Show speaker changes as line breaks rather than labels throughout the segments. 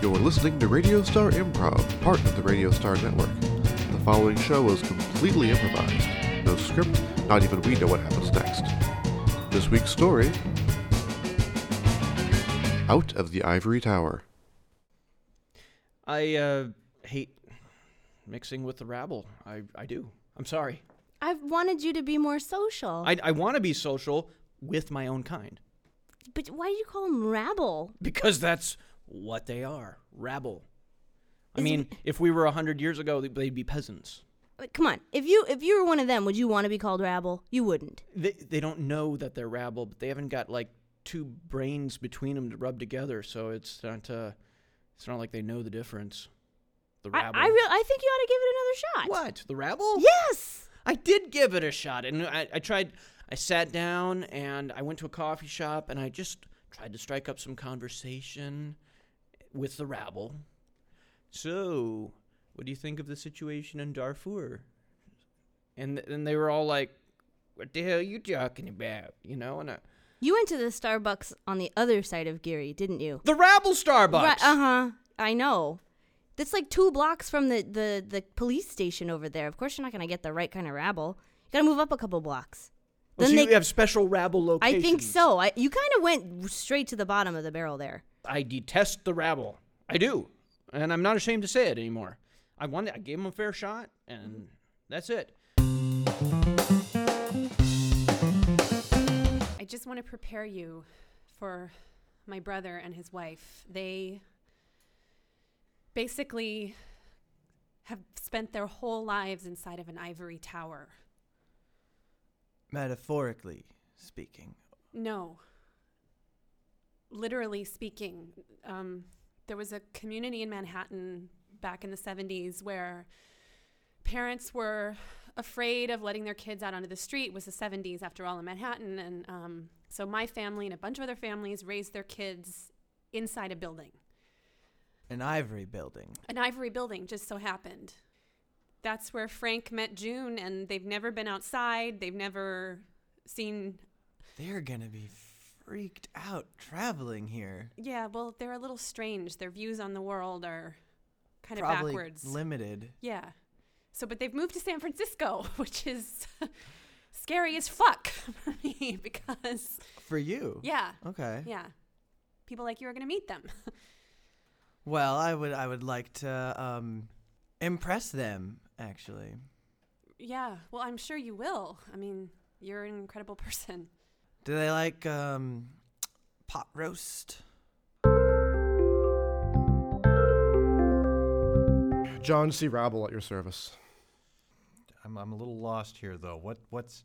You're listening to Radio Star Improv, part of the Radio Star Network. The following show was completely improvised. No script, not even we know what happens next. This week's story Out of the Ivory Tower.
I uh, hate mixing with the rabble. I, I do. I'm sorry.
I wanted you to be more social.
I, I want to be social with my own kind
but why do you call them rabble?
because that's what they are rabble. I mean, if we were 100 years ago, they'd- they'd be peasants.
Like, come on. If you if you were one of them, would you want to be called rabble? You wouldn't.
They, they don't know that they're rabble, but they haven't got like two brains between them to rub together, so it's not, uh, it's not like they know the difference. The
I,
rabble.
I real I think you ought to give it another shot.
What? The rabble?
Yes.
I did give it a shot, and I, I tried. I sat down and I went to a coffee shop, and I just tried to strike up some conversation with the rabble. So, what do you think of the situation in Darfur? And and they were all like, "What the hell are you talking about?" You know, and I,
You went to the Starbucks on the other side of Geary, didn't you?
the rabble Starbucks.
Uh huh. I know. That's like two blocks from the, the, the police station over there. Of course, you're not going to get the right kind of rabble. You got to move up a couple blocks.
Oh, so
Then
you
they,
have special rabble
I
locations.
think so. I, you kind of went straight to the bottom of the barrel there.
I detest the rabble. I do, and I'm not ashamed to say it anymore. I wanted, I gave him a fair shot, and that's it.
Uh,
I just want to prepare you for my brother and his wife. They basically have spent their whole lives inside of an ivory tower.
metaphorically speaking.
No. Literally speaking, um, there was a community in Manhattan back in the 70s where parents were afraid of letting their kids out onto the street. It was the 70s, after all, in Manhattan. And um, so my family and a bunch of other families raised their kids inside a building,
An ivory building.
an ivory building, just so happened. That's where Frank met June, and they've never been outside. They've never seen
They're gonna be freaked out traveling here.
Yeah, well, they're a little strange. Their views on the world are kind of
Probably
backwards.
limited.
yeah. So, but they've moved to San Francisco, which is scary as fuck for me because,
For you.
yeah,
Okay.
yeah, people like you are going to meet them.
Well, I would I would like to um impress them, actually.
yeah, well, I'm sure you will. I mean, you're an incredible person.
Do they like um pot roast?
John C. Rabble at your service.
I'm, I'm a little lost here, though. What what's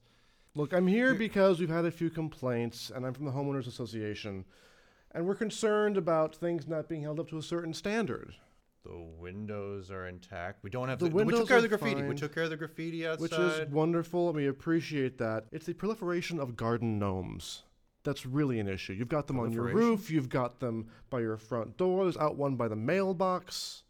Look, I'm here because we've had a few complaints, and I'm from the Homeowners Association, and we're concerned about things not being held up to a certain standard,
the windows are intact? We don't have
The
the, We
windows
took care of
are
the graffiti. We
fine.
took care of the graffiti outside.
which is wonderful, and we appreciate that. It's the proliferation of garden gnomes. That's really an issue. You've got them on your
Proliferation?
roof, you've got them by your front door, there's out one by the mailbox.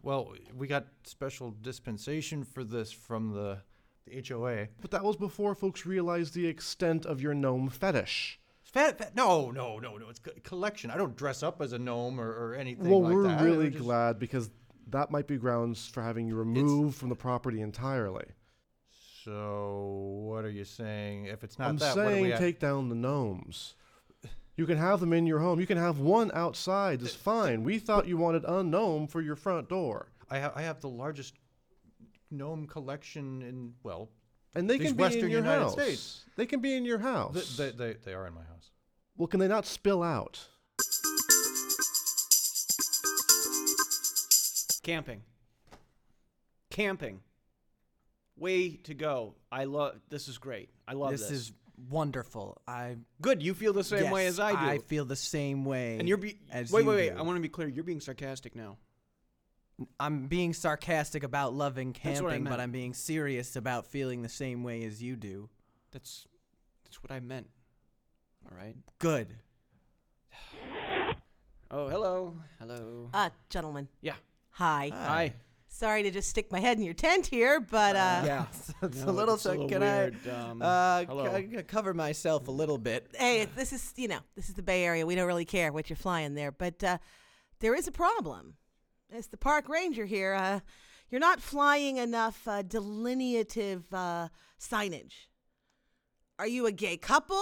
well, we got special dispensation for this from the, the HOA.
But that was before folks realized the extent of your gnome fetish.
Fat, fat, no, no, no, no. It's co- collection. I don't dress up as a gnome or, or anything
well,
like
we're
that. I- I
really
just-
glad because that might be grounds for having you removed from the property entirely.
So, what are you saying? If it's not
I'm
that, what are we
saying
at?
take down the gnomes. You can have them in your home. You can have one outside. It's fine. We thought you wanted a gnome for your front door,
I, ha- I have the largest gnome collection in well,
and they
These
can be in
Western
your
United
house.
States.
They can be in your house.
th- they, they they are in my house.
well, can they not spill out?
Camping. Camping. Way to go. I love this is great. I love this.
this is wonderful. I
good. You feel the same way
yes,
as I do.
I feel the same way.
and you're be-
as
Wait,
you
wait, wait.
do.
I want to be clear. You're being sarcastic now.
I'm being sarcastic about loving
That's what I
camping, but
meant.
I'm being serious about feeling the same way as you do.
That's that's what I meant. All right.
Good.
Oh, hello. Hello.
Uh, gentlemen.
yeah.
Hi.
Hi.
Sorry to just stick my head in your tent here, but uh,
yeah.
It's
No,
a little.
it's
so
a little
can
weird,
I
um,
uh,
hello.
c- I can cover myself a little bit?
hey, it- this is you know this is the Bay Area. We don't really care what you're flying there, but uh, there is a problem. As the park ranger here, uh, you're not flying enough uh, delineative uh, signage. Are you a gay couple?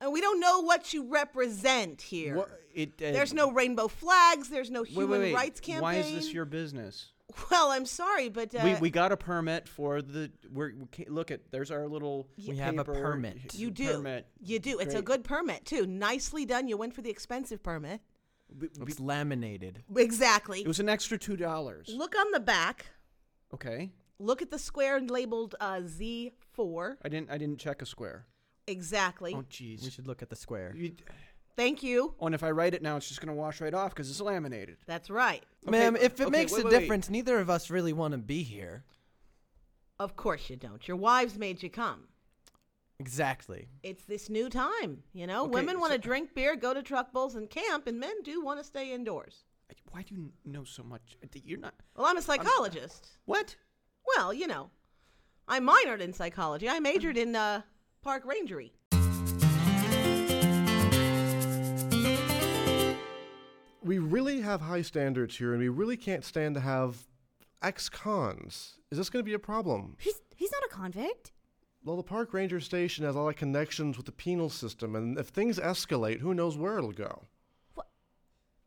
And we don't know what you represent here.
What- it, uh,
There's no rainbow flags. There's no
wait,
human
wait, wait.
rights campaign.
Why is this your business?
Well, I'm sorry, but uh,
we, we got a permit for the we're we ca- look at there's our little
We have a
paper-
permit.
you do.
permit.
You do. It's a
Great.
good permit too. Nicely done. You went for the expensive permit.
It's laminated.
Exactly.
It was an extra two dollars.
Look on the back.
Okay,
Look at the square labeled uh, Z4.
I didn't I didn't check a square.
Exactly.
Oh
We
jeez.
should look at the square.
You-
Thank you.
Oh, and if I write it now, it's just gonna wash right off because it's laminated.
That's right.
Ma'am, if it
okay,
makes
wait,
a
wait, wait.
difference, neither of us really want to be here.
Of course you don't. Your wives made you come.
Exactly.
It's this new time, you know.
Okay,
Women want to
so-
drink beer, go to truck bowls, and camp, and men do want to stay indoors.
Why do you know so much? Uh, You're not
Well, I'm a psychologist.
what?
Well, you know, I minored in psychology. I
Uh-huh.
majored in uh, park rangery.
We really have high standards here, and we really can't stand to have ex cons. Is this going to be a problem?
He's he's not a convict.
Well, the Park Ranger Station has a lot of connections with the penal system, and if things escalate, who knows where it'll go.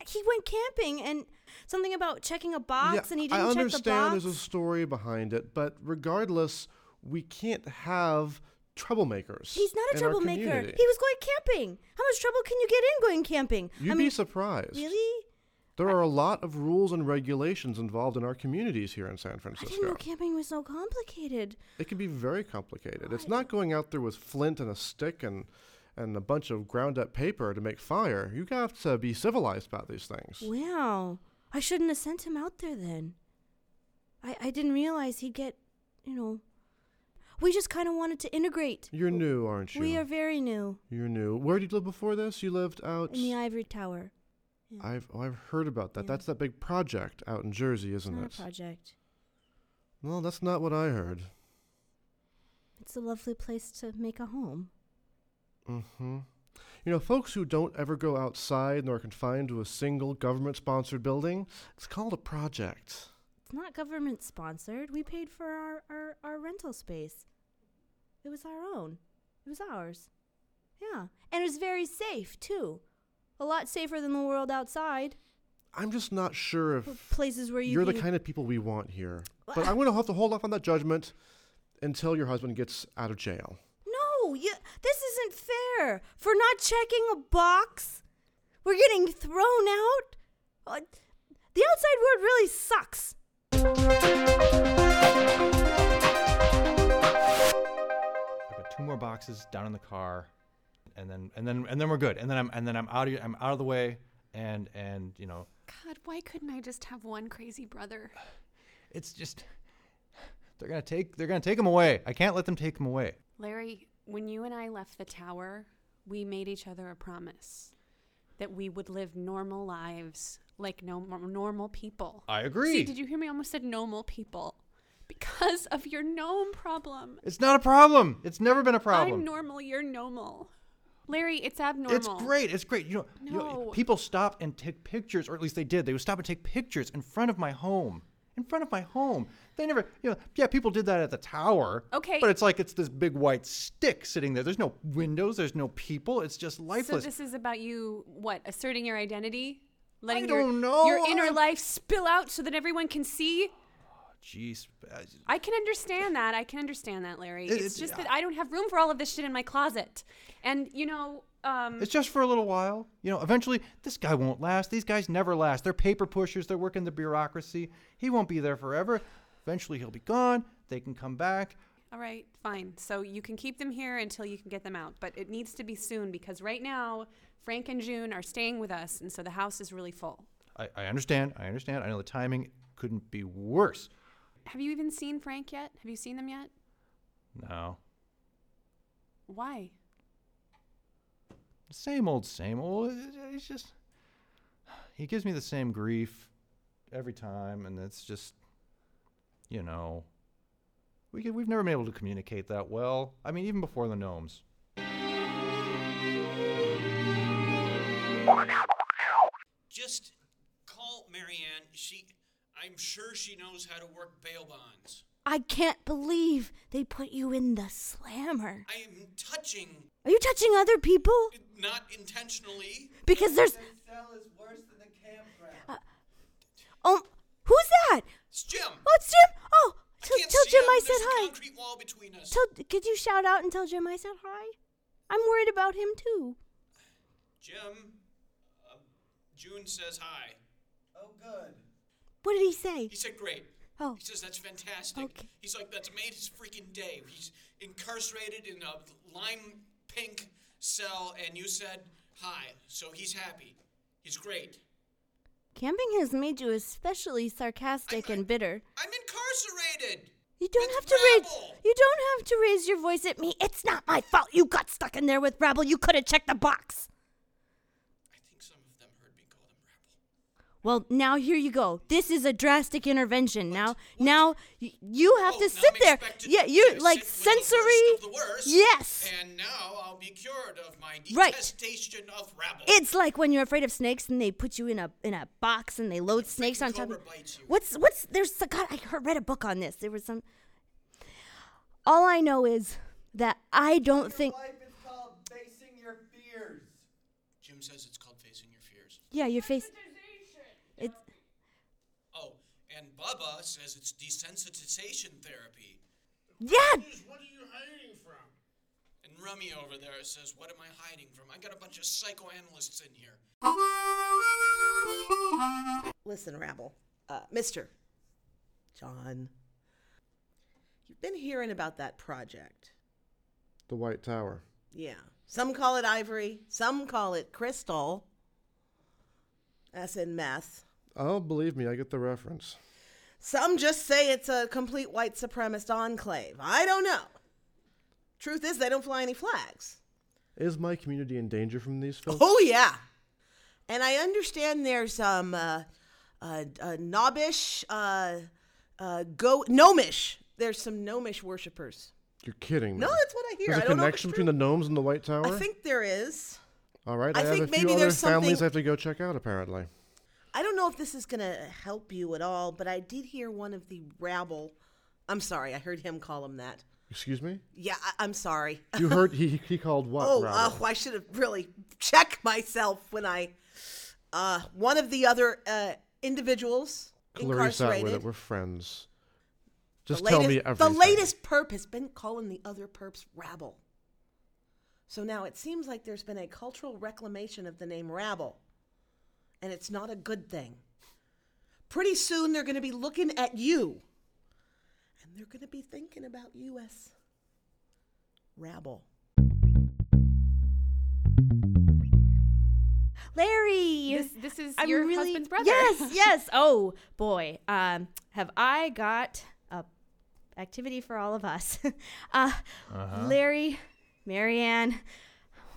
He went camping and something about checking a box and he didn't
I
check the box.
understand there's a story behind it, but regardless, we can't have troublemakers.
He's not a
in our
troublemaker.
community.
He was going camping. How much trouble can you get in going camping?
You'd
I
be
mean,
surprised.
really?
There are a lot of rules and regulations involved in our communities here in San
I didn't know
Francisco.
camping was so complicated.
It can be very complicated. It's not going out there with flint and a stick and and a bunch of ground up paper to make fire. You have to be civilized about these things.
Wow. I shouldn't have sent him out there then. I, I didn't realize he'd get, you know. We just kind of wanted to integrate.
You're new, aren't you?
We are very new
You're new. Where did you live before this? You lived out.
in the ivory tower. Yeah.
I've oh, I've heard about that.
Yeah.
That's that big project out in Jersey,
it's
isn't
not
it?
a project.
Well, that's not what I heard.
It's a lovely place to make a home.
Mm-hmm. You know, folks who don't ever go outside nor are confined to a single government-sponsored building, it's called a project.
It's not government sponsored. We paid for our, our, our rental space. It was our own. It was ours. Yeah. And it was very safe, too. A lot safer than the world outside.
I'm just not sure if
Places where you
you're the
can-
kind of people we want here.
Well,
But I'm going to have to hold off on that judgment until your husband gets out of jail.
No, you, this isn't fair. For not checking a box, we're getting thrown out. Uh, the outside world really sucks.
I've got two more boxes down in the car, and then and then and then we're good. And then I'm and then I'm out of I'm out of the way, and and you know,
God, why couldn't I just have one crazy brother?
it's just they're gonna take they're gonna take him away. I can't let them take him away.
Larry, when you and I left the tower, we made each other a promise that we would live normal lives like no normal people.
I agree.
See, did you hear me? I almost said normal people because of your gnome problem.
It's not a problem. It's never been a problem.
I'm normal. You're normal. Larry, it's abnormal.
It's great. It's great. You know, you know,
No.
people stop and take pictures, or at least they did. They would stop and take pictures in front of my home. In front of my home. They never, you know, yeah, people did that at the tower.
Okay.
But it's like it's this big white stick sitting there. There's no windows, there's no people. It's just
So
lifeless.
this is about you what asserting your identity, letting
don't
your
know.
your inner
I'm-
life spill out so that everyone can see.
Jeez. uh,
I can understand that. I can understand that, Larry.
It-
it's,
it's-
just that I don't have room for all of this shit in my closet. And you know, um,
It's just for a little while. You know, eventually this guy won't last. These guys never last. They're paper pushers. They're working the bureaucracy. He won't be there forever. Eventually he'll be gone. They can come back.
all right, fine. So you can keep them here until you can get them out, but it needs to be soon because right now Frank and June are staying with us, and so the house is really full.
I, I understand. I understand. I know the timing couldn't be worse.
Have you even seen Frank yet? Have you seen them yet?
No.
Why?
Same old, same old. It- it- It's just. He gives me the same grief every time, and it's just. You know. We could, we've never been able to communicate that well. I mean, even before the gnomes.
Just Marianne. She, I'm sure she knows how to work bail bonds.
I can't believe they put you in the slammer.
I am touching,
Are you touching other people?
not intentionally.
Because there's. Uh, oh, who's that?
It's Jim.
Oh, it's Jim. Oh,
I
tell,
can't
tell
see
Jim
him.
I
There's
said
a
hi.
Concrete wall between us.
Tell, could you shout out and tell Jim I said hi? I'm worried about him too.
Jim, uh, June says hi.
Oh,
What did he say?
He said great.
Oh,
He says that's fantastic.
Okay.
He's like that's made his freaking day. He's incarcerated in a lime pink cell, and you said hi, so he's happy. He's great.
camping has made you especially sarcastic
I- I-
and bitter.
I'm incarcerated.
You don't
With
have to raise.
rabble.
You don't have to raise your voice at me. It's not my fault. You got stuck in there with rabble. You could have checked the box.
I think some of them heard me call them rabble.
Well, now here you go. This is a drastic intervention. Now, now y- you have
Oh,
to
now
sit
I'm
there.
expected
Yeah,
to
you
sit
like
with the worst
sensory.
of the worst,
Yes.
And now I'll be cured of my
Right.
detestation of rabble.
It's like when you're afraid of snakes and they put you in a in a box and they load snakes on top.
cobra
of
bites you.
What's what's there's a, God I heard, read a book on this. There was some. All I know is that I don't think.
Jim says it's called facing your fears.
Yeah, your face. It's
Oh, and Bubba says it's desensitization therapy.
yeah.
What are you hiding from? And Rummy over there says, What am I hiding from? I got a bunch of psychoanalysts in here.
Listen, Rabble. Uh, Mr. John. You've been hearing about that project.
The White Tower.
Yeah. Some call it ivory, some call it crystal. As in meth.
Oh, believe me, I get the reference.
Some just say it's a complete white supremacist enclave. I don't know. Truth is, they don't fly any flags.
Is my community in danger from these folks?
Oh yeah, and I understand there's um uh, uh, uh knobbish uh uh go gnomish. There's some gnomish worshippers.
You're kidding me.
No, that's what I hear.
There's a
I don't know if it's
connection between the gnomes and the White Tower?
I think there is.
All right,
I
I, have
think
a few
maybe
other
there's
families
something-
I have to go check out, apparently.
I don't know if this is gonna help you at all, but I did hear one of the rabble. I'm sorry, I heard him call him that.
Excuse me?
Yeah, I, I'm sorry.
You heard he, he called what,
Oh,
Robert?
oh, I should have really checked myself when I. Uh, one of the other uh, individuals
Clarice Atwood,
incarcerated.
that we're friends. Just
the
tell
latest,
me everything.
The latest perp has been calling the other perps rabble. So now it seems like there's been a cultural reclamation of the name rabble. And it's not a good thing. Pretty soon they're going to be looking at you. And they're going to be thinking about you as rabble.
Larry.
This, this is
I'm
your
really-
husband's brother.
Yes, yes. Oh boy, um, have I got a activity for all of us? uh,
Uh-huh.
Larry, Marianne,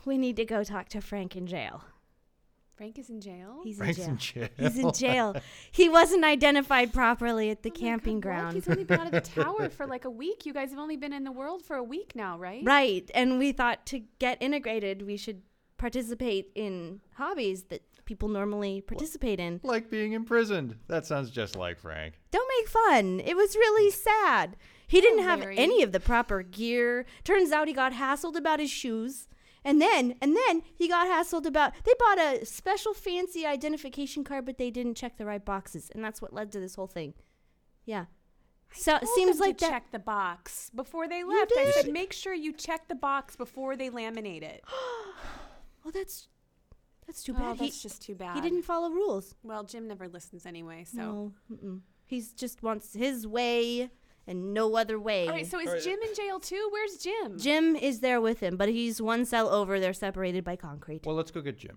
we need to go talk to Frank in jail.
Frank is in jail.
He's
Frank's
in
in
jail.
jail.
He's in jail. he wasn't identified properly at the
Oh my
camping
God, Mark,
ground.
He's only been out of the tower for like a week. You guys have only been in the world for a week now, right?
Right, and we thought to get integrated, we should participate in hobbies that people normally participate in.
Like being imprisoned. That sounds just like Frank.
Don't make fun. It was really sad. He didn't have
Mm. Larry.
any of the proper gear. Turns out he got hassled about his shoes. And then, and then he got hassled about. They bought a special fancy identification card, but they didn't check the right boxes, and that's what led to this whole thing. Yeah. So it
told
seems
them
like
to
that.
check the box before they
You
left. I
did?
said make sure you check the box before they laminate it.
Well, that's that's too
Oh,
bad.
that's
he,
just too bad.
He didn't follow rules.
Well, Jim never listens anyway, so.
No. Mm-mm. He's just wants his way and no other way.
All right, so is
All right.
Jim in jail too? Where's Jim?
Jim is there with him, but he's one cell over. They're separated by concrete.
Well, let's go get Jim.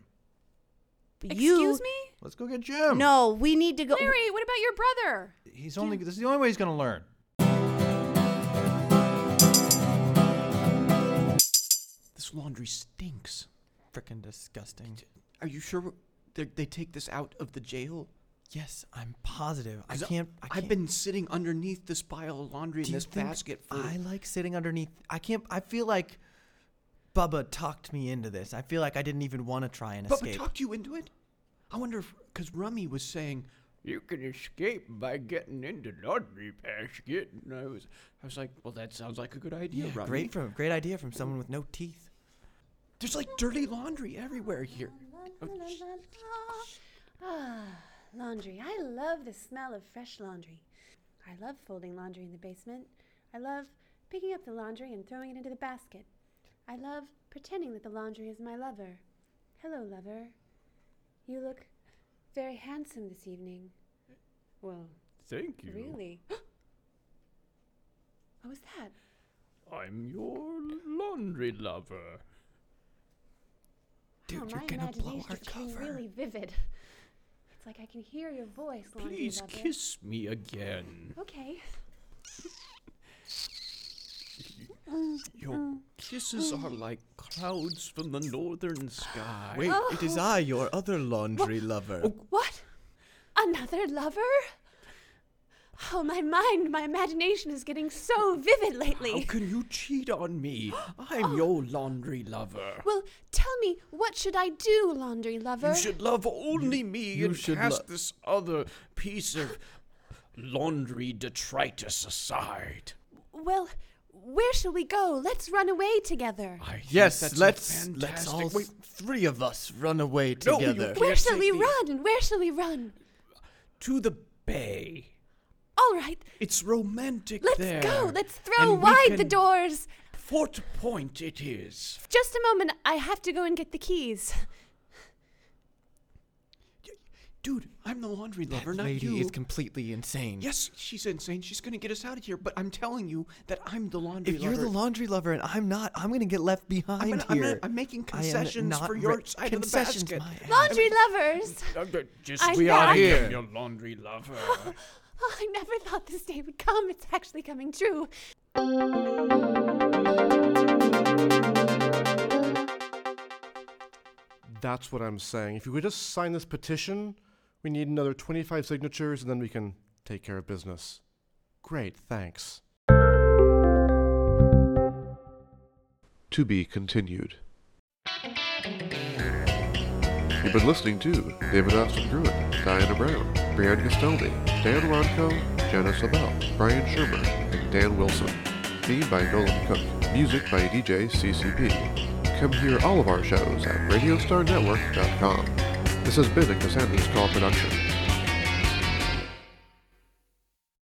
But you-
Excuse me?
Let's go get Jim.
No, we need to go.
Larry, what about your brother?
He's only. This is the only way he's gonna learn.
This laundry stinks.
Frickin' disgusting.
Are you sure they they take this out of the jail?
Yes, I'm positive. I
'Cause
can't. I
I've
can't.
been sitting underneath this pile of laundry
Do
in
you
this
think
basket for.
I like sitting underneath. I can't. I feel like Bubba talked me into this. I feel like I didn't even want to try and
But
escape.
talked you into it? I wonder if. Because Rummy was saying, you can escape by getting into laundry basket. And I was, I was like, well, that sounds like a good idea, Rodney.
great from great idea from someone with no teeth.
There's like dirty laundry everywhere here. Oh, sh-
Ah, laundry. I love the smell of fresh laundry. I love folding laundry in the basement. I love picking up the laundry and throwing it into the basket. I love pretending that the laundry is my lover. Hello, lover. You look very handsome this evening. Well,
Thank you.
really. what was that?
I'm your laundry lover.
Dude,
Wow,
you're
Oh, my
gonna blow
imagination's
our
getting
cover.
really vivid. It's like I can hear your voice, laundry
Please
lover.
kiss me again.
Okay.
Your kisses are like clouds from the northern sky.
Wait, it is I, your other laundry lover.
Oh,
What? Another lover? Oh, my mind, my imagination is getting so vivid
How
lately.
can you cheat on me? I'm your laundry lover.
Well, tell me, what should I do, laundry lover?
You should love only me
you
and
should
cast
lo-
this other piece of laundry detritus aside.
Well, where shall we go? Let's run away together.
I think that's
Yes,
a
let's let's
fantastic-
all
Wait,
three of us run away
No, you
together.
Where
can't
shall
take
we
me.
run? Where shall we run?
to the bay.
All right,
It's romantic
let's
there.
go. Let's throw
and we
wide the
can-
doors.
Fort Point it is.
Just a moment. I have to go and get the keys.
Dude, I'm the laundry
that
lover, not
lady
you.
is completely insane.
yes, she's insane. She's gonna get us out of here. But I'm telling you that I'm the laundry
If
lover.
you're the laundry lover and I'm not, I'm gonna get left
I'm,
behind
gonna- I'm,
here.
gonna- I'm making
I am
concessions
not
for your
re-
side of the
concessions,
basket.
my ass.
Laundry lovers.
Just
I
we
know.
are
I
here.
am
your laundry lover.
Oh, I never thought this day would come. It's actually coming true.
That's what I'm saying. If you could just sign this petition, we need another 25 signatures and then we can take care of business. Great, thanks.
To be continued. You've been listening to David Austin Druitt, Diana Brown, Brian Castaldi, Dan Ronco, Janice Lavelle, Brian Shermer, and Dan Wilson. Theme by Nolan Cook. Music by DJ CCP. Come hear all of our shows at RadiostarNetwork.com. This has been a Cassandra's Call production.